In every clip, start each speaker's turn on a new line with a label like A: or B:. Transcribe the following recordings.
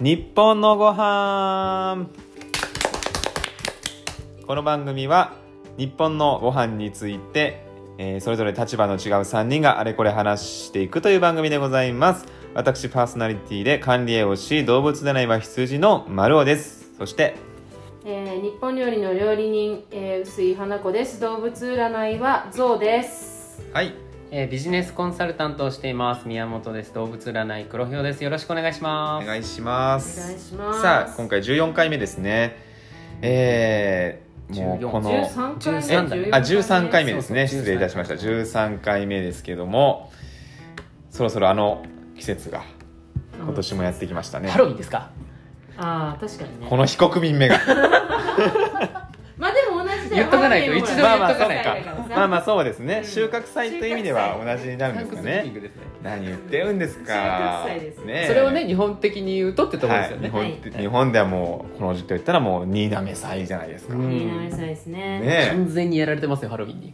A: 日本のご飯この番組は日本のご飯について、えーそれぞれ立場の違う3人があれこれ話していくという番組でございます私パーソナリティで管理栄養士動物占いは羊の丸尾ですそして
B: えー日本料理の料理人、えー、薄井花子です動物占いはゾウです
A: はい
C: えービジネスコンサルタントをしています宮本です動物占い黒ひょですよろしくお願いし
A: お
C: ます
A: 願いしま
B: お願い
A: す
B: します
A: さあ今回14回目ですねえー、もう
C: 14
A: この
B: 13回目
C: 13だ
A: あ13回目ですね
C: そうそう
A: 失礼いたしました13回目ですけどもそろそろあの季節が今年もやってきましたね、
C: ハロウィンですか
B: ああ確かにね
A: この非国民目が
B: まあでも同じだよ
C: 言っとかないと一度
A: まあまあ
C: 言
A: そ
C: っとか
A: う
C: ない
A: かまあまあそうですね、
B: うん
A: 収穫祭という意味では同じになるんですか
C: サンクスギビ
A: ね
C: ングですね
A: 何言ってるんです
B: 収穫
A: か
B: 祭です
A: ねえ
C: それをね日本的に言うとってところ
A: は
C: で
A: い
C: すよ
A: 日
C: ね、
A: 本
B: はい
A: 日本ではもうこの時期といったらもう新滑祭じゃないですか、
C: うん
A: ね
B: いいなさいですね
A: え
C: 完全にやられてますよハロウィンに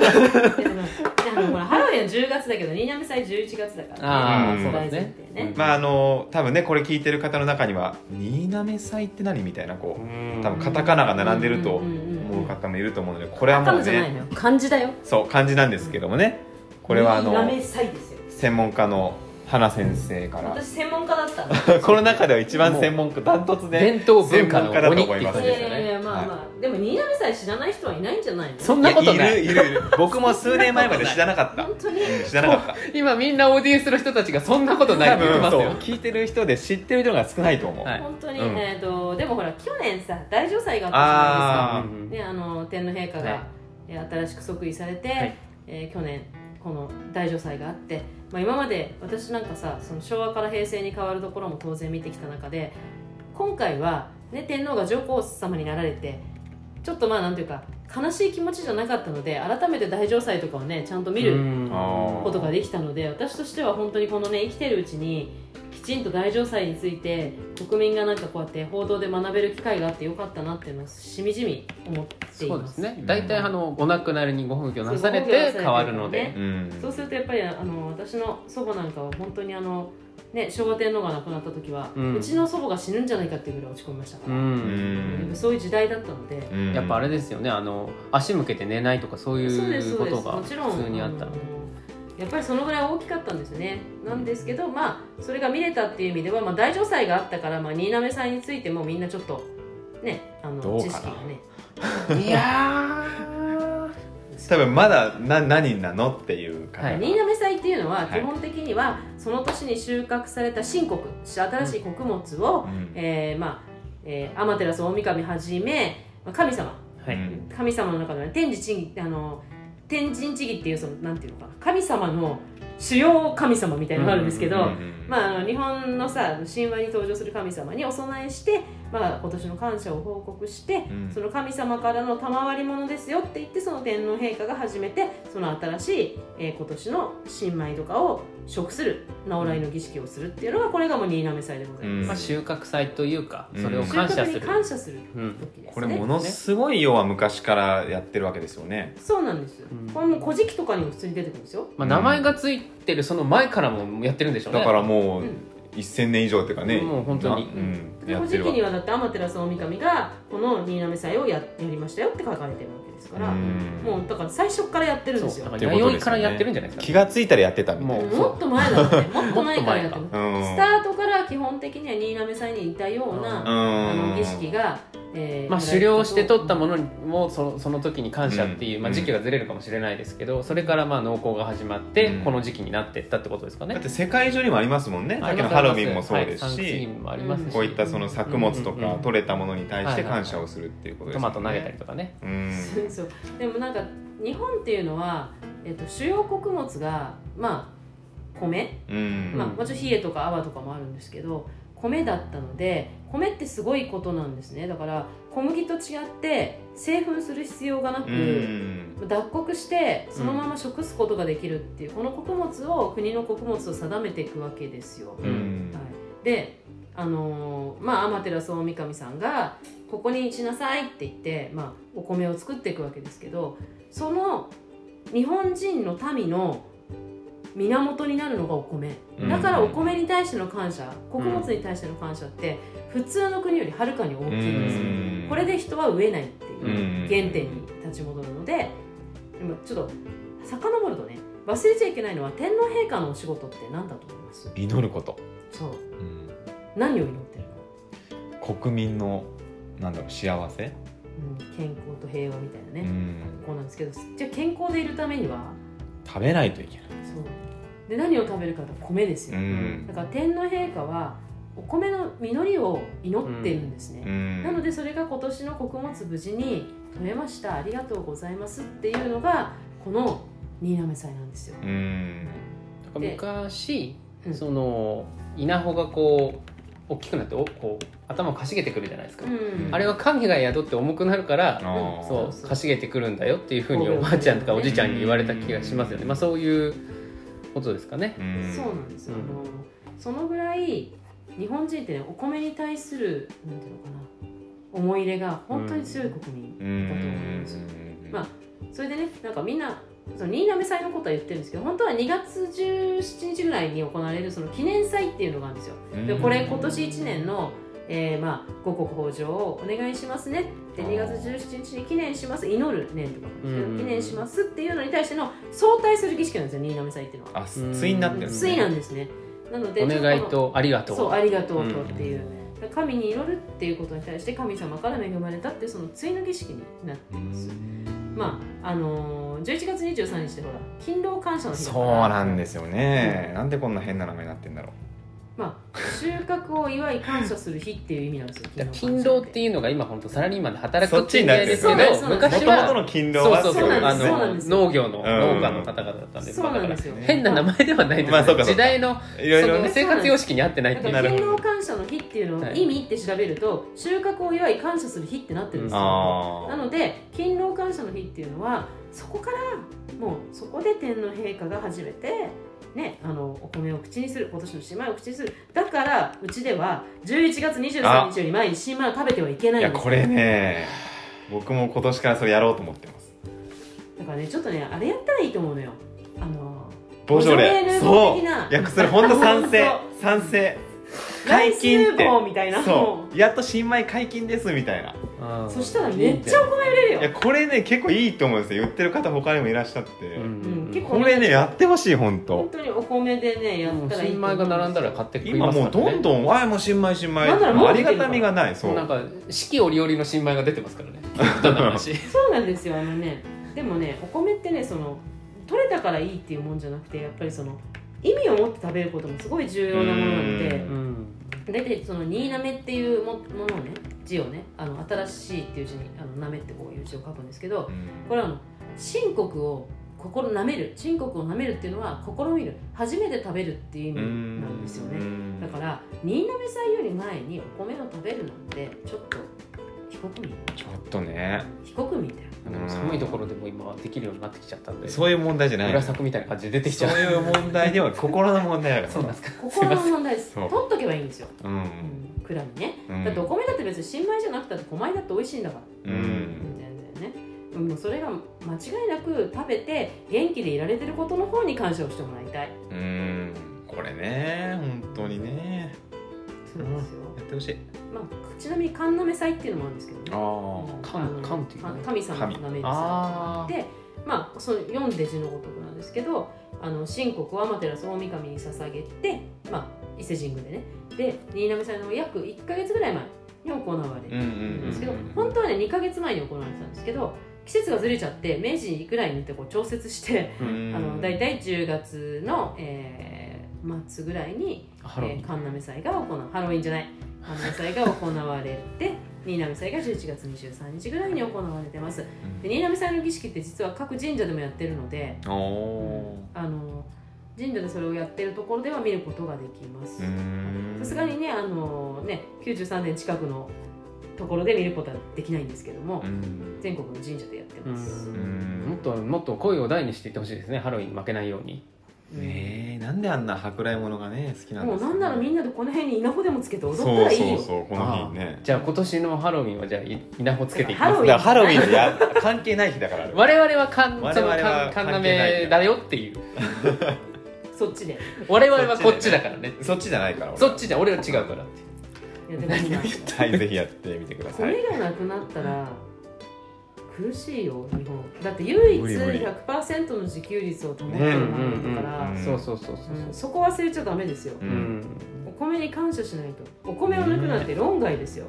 B: でもあのほらハロウィンは10月だけど新浪祭11月だから
C: あ
A: あそう
C: なんですね
B: 大事ってね
C: うん
A: まああの多分ねこれ聞いてる方の中には「新滑祭って何?」みたいなこう多分カタカナが並んでると思う方もいると思うのでこれは
B: カ
A: も
B: ナ
A: う
B: じゃない
A: ね
B: のよ漢字だよ
A: そう漢字なんですけどもねこれはあ
B: 新
A: の
B: 浪祭ですよ
A: 専門家の花先生から
B: 私専門家だったんだ
A: この中では一番専門家ダントツで
C: 伝統文化の
A: 専門家だと
C: 鬼って
A: 思い
C: いう
A: ます
B: い
C: 感じで
B: や
C: す
B: い
C: よ
B: やい
C: ね
B: やまあまあでも新浪祭知らない人はいないんじゃないの
C: そんなことない
A: いやいるいる僕も数年前まで知らなかった
B: 本当に
A: 知らなかった
C: 今みんなオーディエンスの人たちがそんなことな
A: 多
C: いって言って
A: 分
C: ます
A: そう
C: よ
A: 聞いてる人で知ってる人が少ないと思う、
C: はい
B: 本当に、
A: うん
B: えー、とでもほら去年さ大女祭があっ
A: あ
B: たじゃないですか、ね、あの天皇陛下
C: は
B: が、えー新しく即位されて、
C: い
B: えー去年この大女祭があって、まあ、今まで私なんかさその昭和から平成に変わるところも当然見てきた中で今回は、ね、天皇が上皇様になられてちょっとまあなんていうか悲しい気持ちじゃなかったので改めて大女祭とかをねちゃんと見る
C: うん
A: あ
B: ことができたので私としては本当にこのね生きてるうちにきちんと大城祭について国民がなんかこうやって報道で学べる機会があってよかったなっていうのをしみじみ思ってい
C: そう
B: ま
C: ですすね大体あのお亡くなりにご奉行なされて変わるので
A: うん
B: そうするとやっぱりあの私の祖母なんかは本当にあの、ね、昭和天皇が亡くなった時は、う
C: うん
B: ちの祖母が死ぬんじゃないかっていうぐらい落ち込みましたか
C: う
B: ら、
A: うんん
B: そういう時代だったので、
A: うん
C: やっぱあれですよねあの足向けて寝ないとかそう
B: そうで
C: い
B: す
C: う
B: そ
C: こ
B: うです
C: とが
B: もちろん
C: 普通にあったの
B: のやっぱりそのぐらい大きかったんですよねなんですけどまあそれが見れたっていう意味では、まあ、大城祭があったから、まあ、新浪祭についてもみんなちょっとねあ
A: どうか
B: の
A: な
B: 知識がね
C: いやー
A: 多分まだな何人なのっていう方が、
C: はい
B: 新浪祭っていうのは
A: はい
B: 基本的にはその年に収穫された新穀新しい穀物を、
A: うん
B: えーまあえー、天照大神はじめまあ神様
C: は
A: う
C: い
A: ん
B: 神様の中では天地地義あの天神地義っていうそのなんていうのかな神様の主要神様みたいなのがあるんですけど、
C: うん
A: うん
B: まあ、あの日本のさ神話に登場する神様にお供えして、まあ、今年の感謝を報告して、
A: うん
B: その神様からの賜り物ですよって言ってその天皇陛下が初めてその新しい、えー今年の新米とかを食する直来の儀式をするっていうのがこれがもう新滑祭でございます。
C: まあ、収穫祭というかそれを
A: うん
C: 感謝す
B: 収穫に
C: る
B: 感謝する
C: うん
B: 時ですね。
A: これものすごい要は昔からやってるわけですよね
B: そうなんですよ。
C: うん
B: これもう古事記とかにも普通に出てくるんですよ。
C: まあ、名前がついてるその前からもやってるんでしょうね
A: だからもう
B: うん
A: 1000年以上っていうかね
C: もう本当に
A: なうん
B: で
A: や
B: 古
A: ってる
B: 事記
A: わ
B: にはだって天照大神がこの新滑祭をややりましたよって書かれてるわけですから。
A: うん
B: もうだから最初からやってるんですよ
C: そうだ
A: っ
C: か
A: て
C: ら
A: ことですよね
C: 弥生からやってるんじゃないです
A: 気
C: か
A: がついたらやってたみたい
C: も
A: な
C: う
B: もっと 前だねもっと前からやって
C: もっ
B: ま
C: と
B: す
A: うん
B: スタートから基本的には新浪さんにいたよう
A: う
B: な、あ
A: ん
B: の儀式が、えー
C: まあ、狩猟して取ったものもそその時に感謝っていう、
A: うん
C: まあ、時期がずれるかもしれないですけどそれからまあ農耕が始まって、
A: うん
C: この時期になってったってことですかね
A: だって世界中にもありますもんね
C: あ
A: さっ
C: り
A: きの
C: ます
A: ハロウィンもそうです
C: はいサンクスギ
A: し
C: ビンもありますし
B: うん
A: こういったその作物と
C: うんうん
A: か
C: うん
A: 取れたものに対し
C: はい
A: て
C: はいはい
A: 感謝をするっていうことで
C: ト
A: すもん
C: マ
A: ね
C: ト投げたりとかね
A: うん
B: そうそうでもなんか日本っていうのは、えっと主要穀物がまあ米、
A: うん
B: まあ、
C: うん
B: もちろん冷えとか泡とかもあるんですけど米だったので米ってすごいことなんですねだから小麦と違って製粉する必要がなく、
A: うん
B: 脱穀してそのまま食すことができるっていう、この穀物を国の穀物と定めていくわけですよ。
A: う
C: う
A: ん
C: ん
B: はい、であのーまあ天照大神さんが「ここにしなさい」って言って、まあ、お米を作っていくわけですけどその日本人の民の源になるのがお米
A: うん
B: だからお米に対しての感謝穀物に対しての感謝って普通の国よりはるかに大きいんですよ
A: うん
B: これで人は飢えないって
A: うん
B: いう原点に立ち戻るのででもちょっと遡るとね忘れちゃいけないのは天皇陛下のお仕事って何だと思います
A: 祈ること、
B: そう
A: う
B: 何を祈ってるの、
A: ん、国民のなんだろう幸せ、
B: うん、健康と平和みたいな
A: う
B: ね、
A: ん、
B: こうなんですけどじゃあ健康でいるためには
A: 食べないといけない、
B: そうで何を食べるかと米ですよ、
A: うん
B: だから天皇陛下はお米の実りを祈ってるんですね、
A: うん、
B: なのでそれが今年の穀物無事に取れましたありがとうございますっていうのがこの新嘗祭なんですよ、
A: うん
C: なんか
B: う
C: 昔、
B: ん
C: その稲穂がこう大きくなっておこう頭をかしげてくるじゃないですか、
B: うん
C: あれは神が宿って重くなるから、
A: あー
C: そ
B: そうう
C: かしげてくるんだよっていうふうにおばあちゃんとかおじいちゃんに言われた気がしますよね、
A: うん
C: まあ、そういうことですかね
A: うん
B: そうなんですよ、
C: うん
B: あのそのぐらい日本人ってねお米に対するなんていうのかな思い入れが本当に強い国民、
A: うん
B: だと思います
A: うん
B: まあそれでねなんかみんなその新嘗祭のことは言ってるんですけど本当は2月17日ぐらいに行われるその記念祭っていうのがあるんですよでこれ今年1年の、えーまあ、五穀豊穣をお願いしますねって
A: あー
B: 2月17日に記念します祈る年とかなんですけど
C: うん
B: 記念しますっていうのに対しての相対する儀式なんですよ新嘗祭っていうのは
A: あ対になってる、ね、
B: ついなんですねなので
C: お願い
B: ちょっ
C: とありがと
B: と
C: う
B: そうありがとうと
C: うん
B: っていう、神に祈るっていうことに対して神様から恵まれたっていうその対の儀式になっています、まああのー、11月23日ってほら勤労感謝の日だか
A: そう
B: ら
A: なんですよね、なんでこんな変な名前になってんだろう
B: まあ、収穫を祝い感謝する日っていう意味なんですよ
C: だから勤労って
B: う
C: いうのが今本当サラリーマンで働
A: そ
C: く
A: っちになってる
C: 代ですけ
B: そうなんです
C: ど
B: そうな
A: も
B: んです
C: 昔
A: とも
C: は
A: との勤労
C: そ
A: は
C: うそうそう
B: そう
C: あ
B: なんですそうなん
C: の
B: です
C: 農業の
A: うん
C: 農家の方々だったんで
B: そう
C: まあ
B: な
C: だ
B: ん
C: か
B: で
C: ら
B: すよ
C: 変な名前ではないです
A: まあそうかそうか
C: 時代の
A: いろい
C: そ
A: ろ
C: の
A: ね
C: 生活様式に合ってないってい
B: だ
C: う
A: な
B: から
A: るほど
B: 勤労感謝の日っていうの
C: は
B: を
C: い
B: 意味って調べると収穫を祝い感謝する日ってなってるんですよ
A: あ
B: な
A: あ
B: ので勤労感謝の日っていうのはそこからもうそこで天皇陛下が初めてね、あのお米を口にする今年の新米を口にするだからうちでは11月23日より前に新米を食べてはいけないいん
A: や
B: ですよ
A: これね僕も今年からそれやろうと思ってます
B: だからねちょっとねあれやったらいいと思うのよあの
A: ボジョレ
B: ボジョレヌーボー
A: そう
B: 的ない
A: やそれ本当賛成
B: 本
A: 賛成
B: ライ
A: 解
B: ス
A: 禁って
B: ヌーボーみたいなも
A: そうやっと新米解禁ですみたいな
C: うん
B: そしたらめっちゃお米売れるよ
A: いやこれね結構いいと思うんですよ言ってる方他にもいらっしゃって、
C: うん
B: 結構
A: これねやってほしい本
B: 本
A: 当
B: 当にお米でねやっ
C: もう
B: たらいいと
C: 新
B: 思う
C: 米が並んだら買って食い
A: 今
C: ますか
A: も
C: ら
A: うどん
C: ん
A: どん「あいもう新米新米」
B: なんなら
A: もう
B: もう
A: あ
B: 出
A: り
B: てる
A: がたみがないそう
C: なんか四季折々の新米が出てますからねどんな 話
B: そうなんですよあのねでもねお米ってねその取れたからいいっていうもんじゃなくてやっぱりその意味を持って食べることもすごい重要なものなの
A: う
B: で
C: うん
B: 大体その「新なめ」っていうもものをね字をねあの新しいっていう字に「あのなめ」ってこういう字を書くんですけどこれはあの秦国を心舐める秦国を舐めるっていうのは試みる初めて食べるっていう意
A: う
B: 味なんですよねだから新鍋祭より前にお米を食べるなんてちょっと非国民
A: ちょっとね
B: 非国民だよ
C: でも寒いところでも今できるようになってきちゃったんで
A: そういう問題じゃない
C: 裏作みたいな感じで出てき
A: そ
C: ちゃ
A: う
C: う
A: いう問題では心の問題だから
C: そうなんですかすい
B: 心
C: ま
B: の
C: せん
B: 問題です
A: そ
B: 取
A: う
B: っとけばいいんですよ、
A: う
B: うんん、蔵にね
A: うん
B: だってお米だって別に新米じゃなくたって小米だって美味しいんだから、
A: う
B: 全
A: ん
B: 然ねもうそれが間違いなく食べて元気でいられてることの方に感謝をしてもらいたい
A: うんこれね本当にね
B: そうなんですよ、
A: やってほしい
B: まあ、ちなみに神鍋祭っていうのもあるんですけどね
A: ああ
C: 神
B: あの
C: 神っていうの
B: 神様の名前です
C: あー
B: でまあその読んで字のごとくなんですけどあの神国を天照大神に捧げて、まあ、伊勢神宮でねで新浪祭の約1か月ぐらい前に行われ
A: うん
B: る
A: うんん
B: ですけど、
C: うんうんうん
B: 本当はね2か月前に行われてたんですけど季節がずれちゃって明治ぐらいにってこう調節して、
A: う
C: うん
A: ん
B: あの大体10月の、えー末ぐらいに
C: ハロウィ
B: え
C: ン
B: ー、神鍋祭が行わハロウィンじゃない神鍋祭が行われ て新浪祭が11月23日ぐらいに行われてますで新浪祭の儀式って実は各神社でもやってるので
A: おお
B: あの神社でそれをやってるところでは見ることができます
A: ー
B: さすがにねあのね93年近くのところで見ることはできないんですけども、
A: うん
B: 全国の神社でやって
C: う
B: ます、
A: ん
C: んもっともっと声を大にしていってほしいですねハロウィン負けないように
B: うん
A: ねえなんであんな舶来物がね好きなん
B: も
A: で
B: う
A: すか
B: な
A: ね
B: んならみんなでこの辺に稲穂でもつけて踊ったらいいよ
A: そうそうそうこの日ね
C: じゃあ今年のハロウィンはじゃあい稲穂つけていき
B: ハ
C: ま
B: ロ
C: す
B: ウィン
A: だからハロウィンでや関係ない日だからあれは
C: 我々はかん
A: 我
C: そ
A: 々
C: の
A: は
C: か
A: 関係
C: んかん
A: ない
C: なめだよっていう
B: そっちで
C: 我々はこっちだからね
A: そっちじゃないから俺
C: そっちじゃ俺は違うからって
B: いやでも
C: 何を言っ
A: はいぜひやってみてくだ
B: こ
A: さい
B: れがなくなったら苦しいよ日本だって唯一
A: 無理無理
B: 100%の自給率を保ってるなんだから、
A: うん
C: そうそうそうそう
B: うんそこ忘れちゃダメですよ、
A: う
C: うんん、
B: お米に感謝しないとお米を抜くなんて論外ですよ、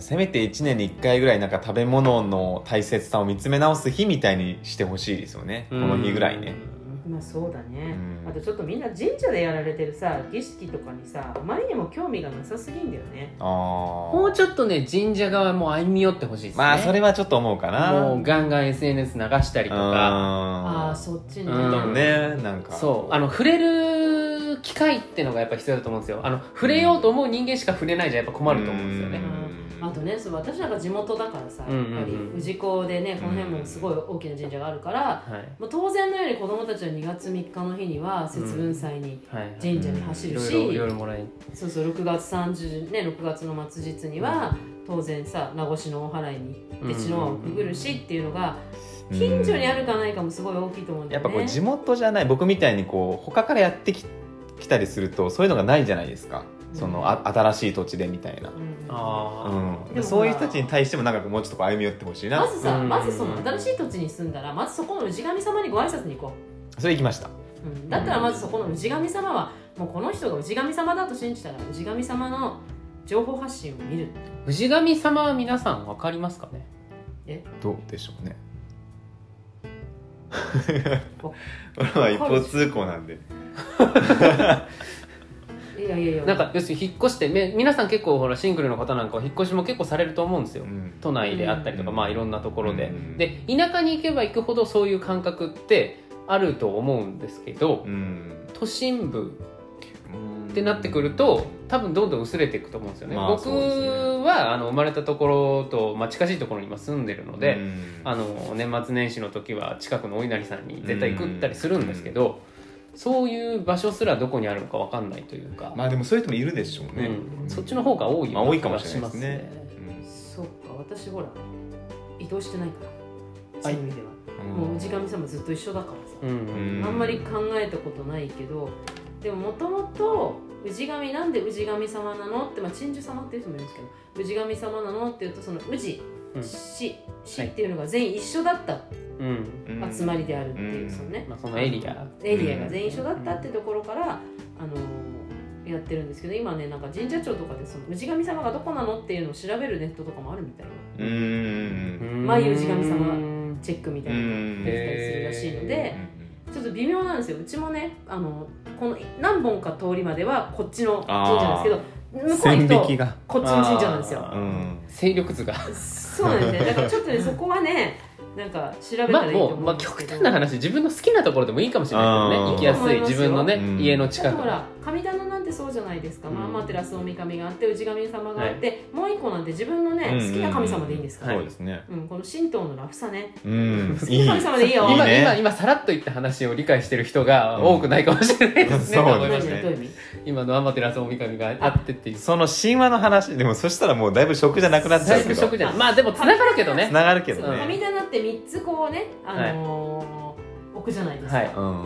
A: せめて1年に1回ぐらいなんか食べ物の大切さを見つめ直す日みたいにしてほしいですよねこの日ぐらいね
B: まあそうだね、
A: うん
B: あとちょっとみんな神社でやられてるさ儀式とかにさあまりにも興味がなさすぎんだよね
A: あ
C: もう
A: ょ
C: ちょっとね神社側も歩み寄ってほしいですね
A: まあそれはちょっと思うかな
C: もうガンガン SNS 流したりとか
B: ああ
A: あ
B: そっちに、
C: うん
A: でもねなんか
C: そうあの触れる機会ってのがやっぱ必要だと思うんですよあの触れようと思う人間しか触れないじゃやっぱ困ると思うんですよね
B: あとねそう私なんか地元だからさ、
C: うんうんうん
B: やっぱり氏子でねこの辺もすごい大きな神社があるから、
C: はい
B: まあ、当然のように子供たちは2月3日の日には節分祭に
C: はいはい
B: 神社に走
C: い
B: る
C: ろい
B: し、
C: ろいろいろもらえ
B: そうそう6月30ね6月の末日には当然さ名護市の大祓いに行って
C: うん
B: 血の輪をくぐるしっていうのが
A: うん
B: 近所にあるかないかもすごい大きいと思うんだ
A: やっ
B: よね
A: ぱこう地元じゃない僕みたいにこう他からやってき来たりするとそういうのがないじゃないですかそのあ新しい土地でみたいな、
B: うん
C: あ
A: う
B: でも
A: ん、そういう人たちに対してもなんかもうちょっとこう歩み寄ってほしいな
B: まずさ
C: うん
B: まずその新しい土地に住んだらまずそこの氏神様にご挨拶に行こ
A: それ行きました
B: う、うん、だったらまずそこの氏神様はもうこの人が氏神様だと信じたら氏神様の情報発信を見る
C: あ氏神様は皆さん分かりますかね
A: どうでしょう ね
B: お
A: 俺は一方通行なんで
B: いやいやいや
C: なんか要するに引っ越してめ皆さん結構ほらシングルの方なんかは引っ越しも結構されると思うんですよ
A: うん
C: 都内であったりとか、
A: うん
C: まあいろんなところで、
A: うん
C: で田舎に行けば行くほどそういう感覚ってあると思うんですけど、
A: うん
C: 都心部
A: うん
C: ってなってくると多分どんどん薄れていくと思うんですよね、
A: まあ
C: 僕
A: そうですね
C: はあの生まれたところと、まあ、近しいところに今住んでるので、
A: うん
C: あの年末年始の時は近くのお稲荷さんに絶対行ったりするんですけど、そういう場所すらどこにあるのか分かんないというか、
A: まあでもそういう人もいるでしょうね、
C: うん、そっちの方が多い
A: ま
C: よう
A: あ多
C: ない気
A: かも
C: が
A: し
C: し
A: れな
C: ま
A: いですす
C: ね
A: ね。
B: そっか私ほら移動してないからそ
C: は
B: う
C: い
B: いう意味では、
A: うん
B: もう氏神様ずっと一緒だからさ、
C: うんうん
B: あんまり考えたことないけどでももともと氏神なんで氏神様なのって、まあ、鎮守様っていう人もいるんですけど氏神様なのっていうとその氏
C: うん
B: 氏氏
C: はい
B: っていうのが全員一緒だった
C: うん
A: うん
B: 集まりであるっていう、
A: うん
B: そのね、
C: まあ、そのエリア
B: エリアが全員一緒だったってところから、あのーやってるんですけど今ねなんか神社庁とかでその氏神様がどこなのっていうのを調べるネットとかもあるみたいな
A: うんうん
B: 眉氏神様チェックみた
A: う
B: いなのが
A: ん
B: できたりするらしいので。
C: へ
B: ちょっと微妙なんですようちもねあのこの何本か通りまではこっちの神社なんですけど向こう行くと
A: が、
B: こっちの神社なんですよ
C: あ
A: うん、
C: 勢力図が
B: そうなんですねだからちょっと ねそこはねなんか調べた
C: まあ
B: らいいと
C: も
B: 思
C: う、
B: うん
C: まあ、
B: です
C: 極
B: けど
C: 端な話自分の好きなところでもいいかもしれないですよ
A: あー
C: ね行きや
B: 思
C: す
B: い
C: い
B: ますよ
C: 自分のね、
A: うん
C: 家の
B: だ
C: 近
B: って
C: く
B: ほら神棚なんてそうじゃないですか、まあ
C: うん
B: まあテラス大神があって氏神様があって、もう一個なんて自分のね
A: うんうんうん
B: 好きな神様でいいんですか
A: そ
B: ら、
A: うですね。
B: うん、この神道のラフさね
A: うん、
B: 好
A: い
B: き
A: い
B: な。神様でいいよ
A: いい
C: 今
A: ね
C: 今今さらっと言った話を理解してる人が多くないかもしれないですね、
A: うん
C: と
A: そ
C: 思
A: う
C: い
A: で
C: ますし
A: ね
C: た
B: どういう意味
C: 今のアマテラスオミカミがあってっていう
A: その神話の話、でもそしたらもうだいぶ食じゃなくなっちゃ
C: だ
A: う
C: い
A: け
C: ぶ
A: ど
C: 食。じゃんまあでもつながるけどね
A: つながるけど
B: そう神
A: ね。
B: 棚って3つこうね、あのー置くじゃないですか、
C: はい
A: うん、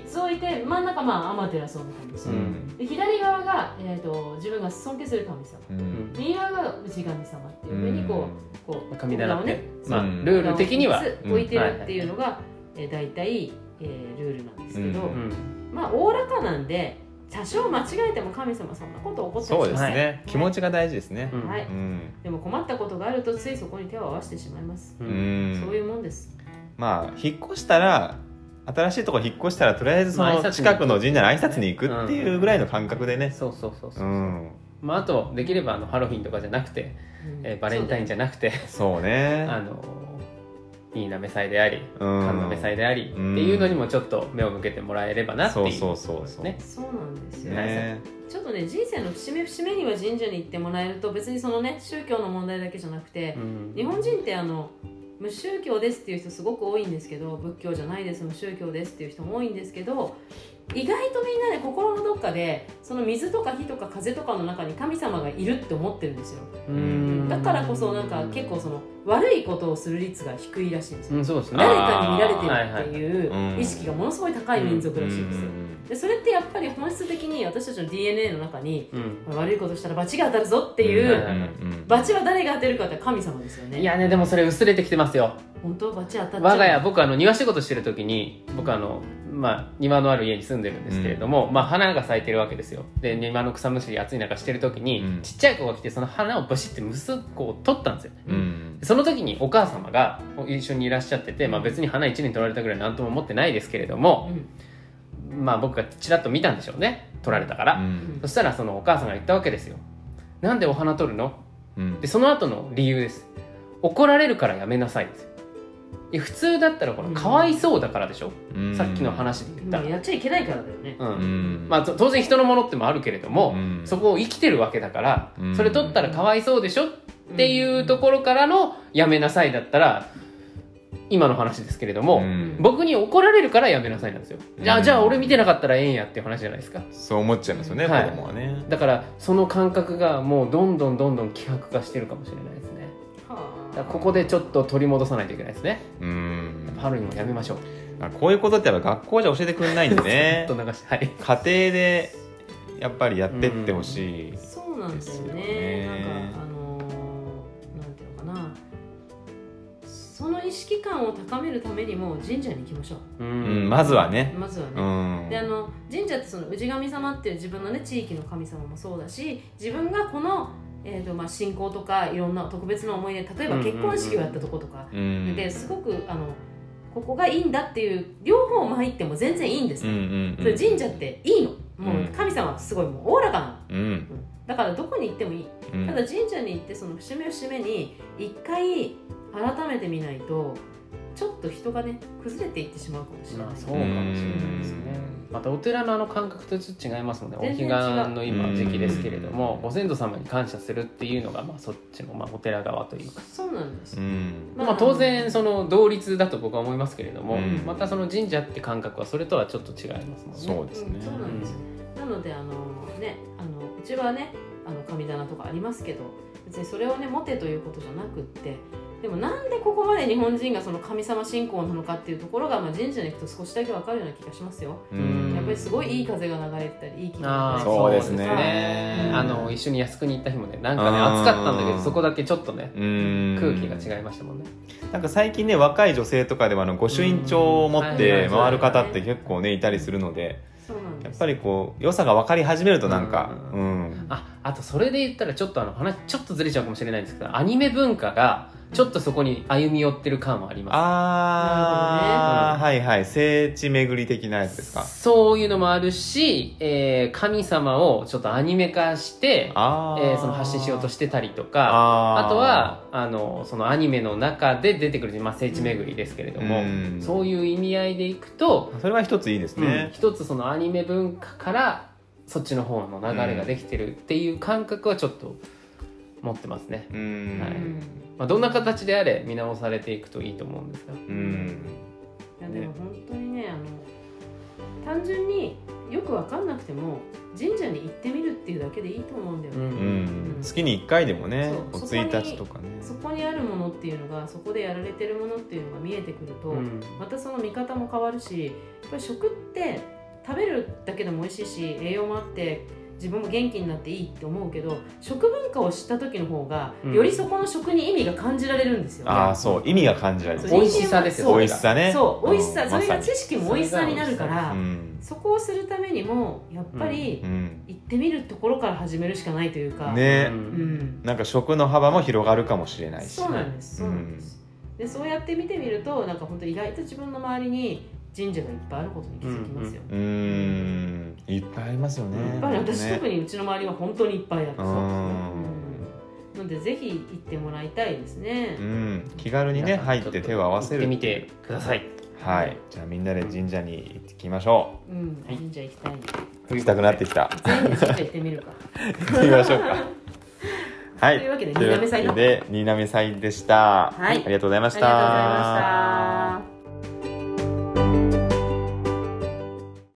B: 3つ置いて真ん中まあアマテラスを見たんです
A: う
B: よ、
A: ん、
B: で左側が、えー、と自分が尊敬する神様
A: うん、
B: 右側が内神様っていうふうにこう,、こう
C: 神棚っ
B: 札を
C: て、まあ、
A: うん
C: ルール的には、
B: 札を三つ置いてるっていうのが、えー、大体、えールールなんですけど、
A: う
C: うん
B: まあおおらかなんで多少間違えても神様そんなこと起こったり
A: そう
B: し
A: で
B: ますせん
A: ね、気持ちが大事ですね
C: う。ん
B: はい、
A: うん、
B: でも困ったことがあるとついそこに手を合わせてしまいます、
A: う
B: そうい
A: ん、
B: うもんです
A: まあ引っ越したら。新しいとこ引っ越したらとりあえずそ
C: まあ挨拶
A: の
C: に
A: 近くの神社の挨拶に行くっていうぐらいの感覚でね、
C: そうそうそうそうう、
A: ん、
C: まあ、あとできればあのハロウィンとかじゃなくて、えーバレンタイン
B: ン
C: じゃなくて
A: そう
C: あ
A: ね、
C: のいいなめ祭であり
A: うん、
C: 神鍋祭でありっていうのにもちょっと目を向けてもらえればなっていう
A: そうそうそうそう
C: ね
B: そうなんですよ、
A: ね、
B: ちょっとね人生の節目節目には神社に行ってもらえると別にそのね宗教の問題だけじゃなくて
C: う、ん
B: 日本人ってあの無宗教ですっていう人すごく多いんですけど仏教じゃないです無宗教ですっていう人も多いんですけど意外とみんなね心のどっかでその水とか火とか風とかの中に神様がいるって思ってるんですよ
C: うん
B: だからこそなんか結構その悪いことをする率が低いらしいんですよ
C: うんそうですね
B: 誰かに見られてるっていう意識がものすごい高い民族らしいんですよ
A: うん
B: でそれってやっぱり本質的に私たちの DNA の中に
C: うん
B: 悪いことしたら罰が当たるぞって
A: う
B: い
A: ん
B: う、
A: うん
B: 罰は誰が当てるかって神様ですよね
C: いやねでもそれ薄れてきてますよ
B: 本当罰当たっちゃう
C: 我が家僕あの庭仕事してる時に僕あの、まあ、庭のある家に住んでるんですけれども、まあ、花が咲いてるわけですよで庭の草むしり暑い中してる時に、
A: うん
C: ちっちゃい子が来てその花をブシって息子を取ったんですよね
A: うん
C: その時にお母様が一緒にいらっしゃってて、まあ、別に花1年取られたぐらいなんとも思ってないですけれども、
B: うん
C: まあ、僕がちらっと見たんでしょうね取られたから、
A: うん
C: そしたらそのお母さんが言ったわけですよなんでお花取るの
A: うん
C: でその後の理由です怒られるからやめなさいですいや普通だったらこのかわいそうだからでしょ、
A: うん
C: さっきの話で言った
B: まあ、やっちゃいけないからだよね、
C: うん
A: うん
C: まあ、と当然人のものってもあるけれども、
A: うん
C: そこを生きてるわけだから、
A: うん
C: それ取ったらかわいそうでしょっていうところからのやめなさいだったら今の話ですけれども、
A: うん
C: 僕に怒られるからやめなさいなんですよ、じゃ
A: う
C: あ
A: ん
C: じゃあ俺見てなかったらええんやっていう話じゃないですか
A: そう思っちゃいますよね、
C: はい
A: 子供はね
C: だからその感覚がもうどんどんどんどん希薄化してるかもしれないですね
B: は
C: だ
B: あ
C: からここでちょっと取り戻さないといけないですね
A: うん
C: 春にもやめましょう
A: まあこういうことってやっぱ学校じゃ教えてくれないんでね
C: ちょっと流しはい
A: 家庭でやっぱりやってってほしい、
B: そうなんですよ
A: で
B: ね
A: すよね
B: なんかあのーなんていうのかなその意識感を高めるためにも神社に行きましょ
C: う
A: うん
C: ん
A: まずはね
B: うまずはね、
A: うん
B: であの神社ってその氏神様っていう自分のね地域の神様もそうだし自分がこの、えーとまあ、信仰とかいろんな特別な思い出例えば
C: うんうんうん
B: 結婚式をやったとことか、
A: うん
B: ですごくあのここがいいんだっていう両方も入っても全然いいんです、
A: うんうんうん
B: それ神社っていいのも
A: うん
B: う神様はすごいもうおおらかな
A: うん
B: の、うんだからどこに行ってもいい、
A: うん
B: ただ神社に行ってその節目節目に一回改めて見ないとちょっと人がね崩れていってしまうかもしれない、
C: まあ、そうかもしれないですね
A: うん
C: またお寺のあの感覚とちょっと違いますのでお彼
B: 全
C: 岸
B: 然違う
C: の今時期ですけれども
A: うん
C: ご先祖様に感謝するっていうのが、まあ、そっちの、まあ、お寺側というか、
B: そうなんです、
A: うん
B: まあ
C: まあ、当然その同率だと僕は思いますけれども、
A: うん
C: またその神社って感覚はそれとはちょっと違いますもんね
A: そうですね
B: んそうなんですよなのであのねあのうちはねあの神棚とかありますけど別にそれをね持てということじゃなくってでもなんでここまで日本人がその神様信仰なのかっていうところが、まあ、神社に行くと少しだけわかるような気がしますよ、
A: うん
B: やっぱりすごいいい風が流れてたりいい気分が
C: ああ
B: ね
A: そうです
B: ね
C: うんあの一緒に靖国行った日もねなんかね
A: あー
C: 暑かったんだけどそこだけちょっとね
A: うん
C: 空気が違いましたもんね
A: なんか最近ね若い女性とかではあの御朱印帳を持っ
C: うんはい
A: て
C: はいはい
A: 回る方って結構ねいたりするので
B: そうなんです
A: やっぱりこう良さが分かり始めるとなんか
C: う
A: うん
C: ああとそれで言ったらちょっとあの話ちょっとずれちゃうかもしれないんですけどアニメ文化がちょっとそこに歩み寄ってる感はあります
A: あー、
C: な
A: はいはい聖地巡り的なやつですか
C: そういうのもあるし、えー神様をちょっとアニメ化して、
A: あー
C: えーその発信しようとしてたりとか
A: あ
C: あ
A: ー
C: とはあのそのアニメの中で出てくる、まあ、聖地巡りですけれども、
A: うん
C: そういう意味合いでいくと、
A: それは一ついいです
C: うん
A: ね、
C: 一つそのアニメ文化からそっちの方の流れができてるっていう感覚はちょっと持ってますね、
A: うん
C: は
B: う
C: い
B: ん
C: まあ、どんな形であれ見直されていくといいと思うんですが、
A: うん
B: いやでも本当にねあの単純によく分かんなくても神社に行ってみるっていうだけでいいと思うんだよね、
A: うん
B: うん
A: 月に1回でもねお
B: そう
A: 1日とかね
B: そこにあるものっていうのがそこでやられてるものっていうのが見えてくると、またその見方も変わるしやっぱり食って食べるだけでも美味しいし栄養もあって自分も元気になっていいって思うけど食文化を知った時の方が、
C: うん
B: よりそこの食に意味が感じられるんですよね。
A: ああそう意味が感じられ
B: そ
A: る
B: う
C: 美味しさですよ
B: そう
A: 美味しさね
B: そう美味し
A: う
B: さ
A: ん
B: それが
A: まさ
B: 知識も美味しさになるか
A: に
B: ら、
A: うん
B: そこをするためにもやっぱり
A: うん
B: 行ってみるところから始めるしかないというか、
A: ね
C: う
B: うんん、
A: なんか食の幅も広がるかもしれないし
B: そうなんですそうなんです、でそうやって見てみるとなんか本当意外と自分の周りに神社がいっぱいあることに気づきますよ、
A: うーんいっぱいありますよね
C: うん
B: やっぱり私、
A: ね
B: 特にうちの周りは本当にいっぱいある
A: う
B: うんなのでぜひ行ってもらいたいですね、
A: んうん気軽にね入って手を合わせる
C: 行ってみてください
A: はいじゃあみんなで神社に行ってきましょ
B: うん
C: はい
B: 神社行きたい
A: 行きたくなってきた
B: 全員で神社行ってみるか
A: 行ってみましょうか はい
B: というわけで
A: というわけで新浪祭でした
B: はい
A: ありがとうございま
B: あ
A: し
B: りがとうござい
A: た
B: ました